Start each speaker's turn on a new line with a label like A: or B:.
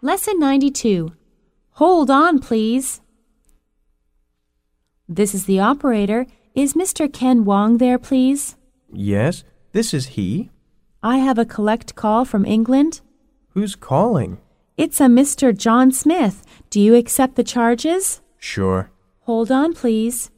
A: Lesson 92. Hold on, please. This is the operator. Is Mr. Ken Wong there, please?
B: Yes, this is he.
A: I have a collect call from England.
B: Who's calling?
A: It's a Mr. John Smith. Do you accept the charges?
B: Sure.
A: Hold on, please.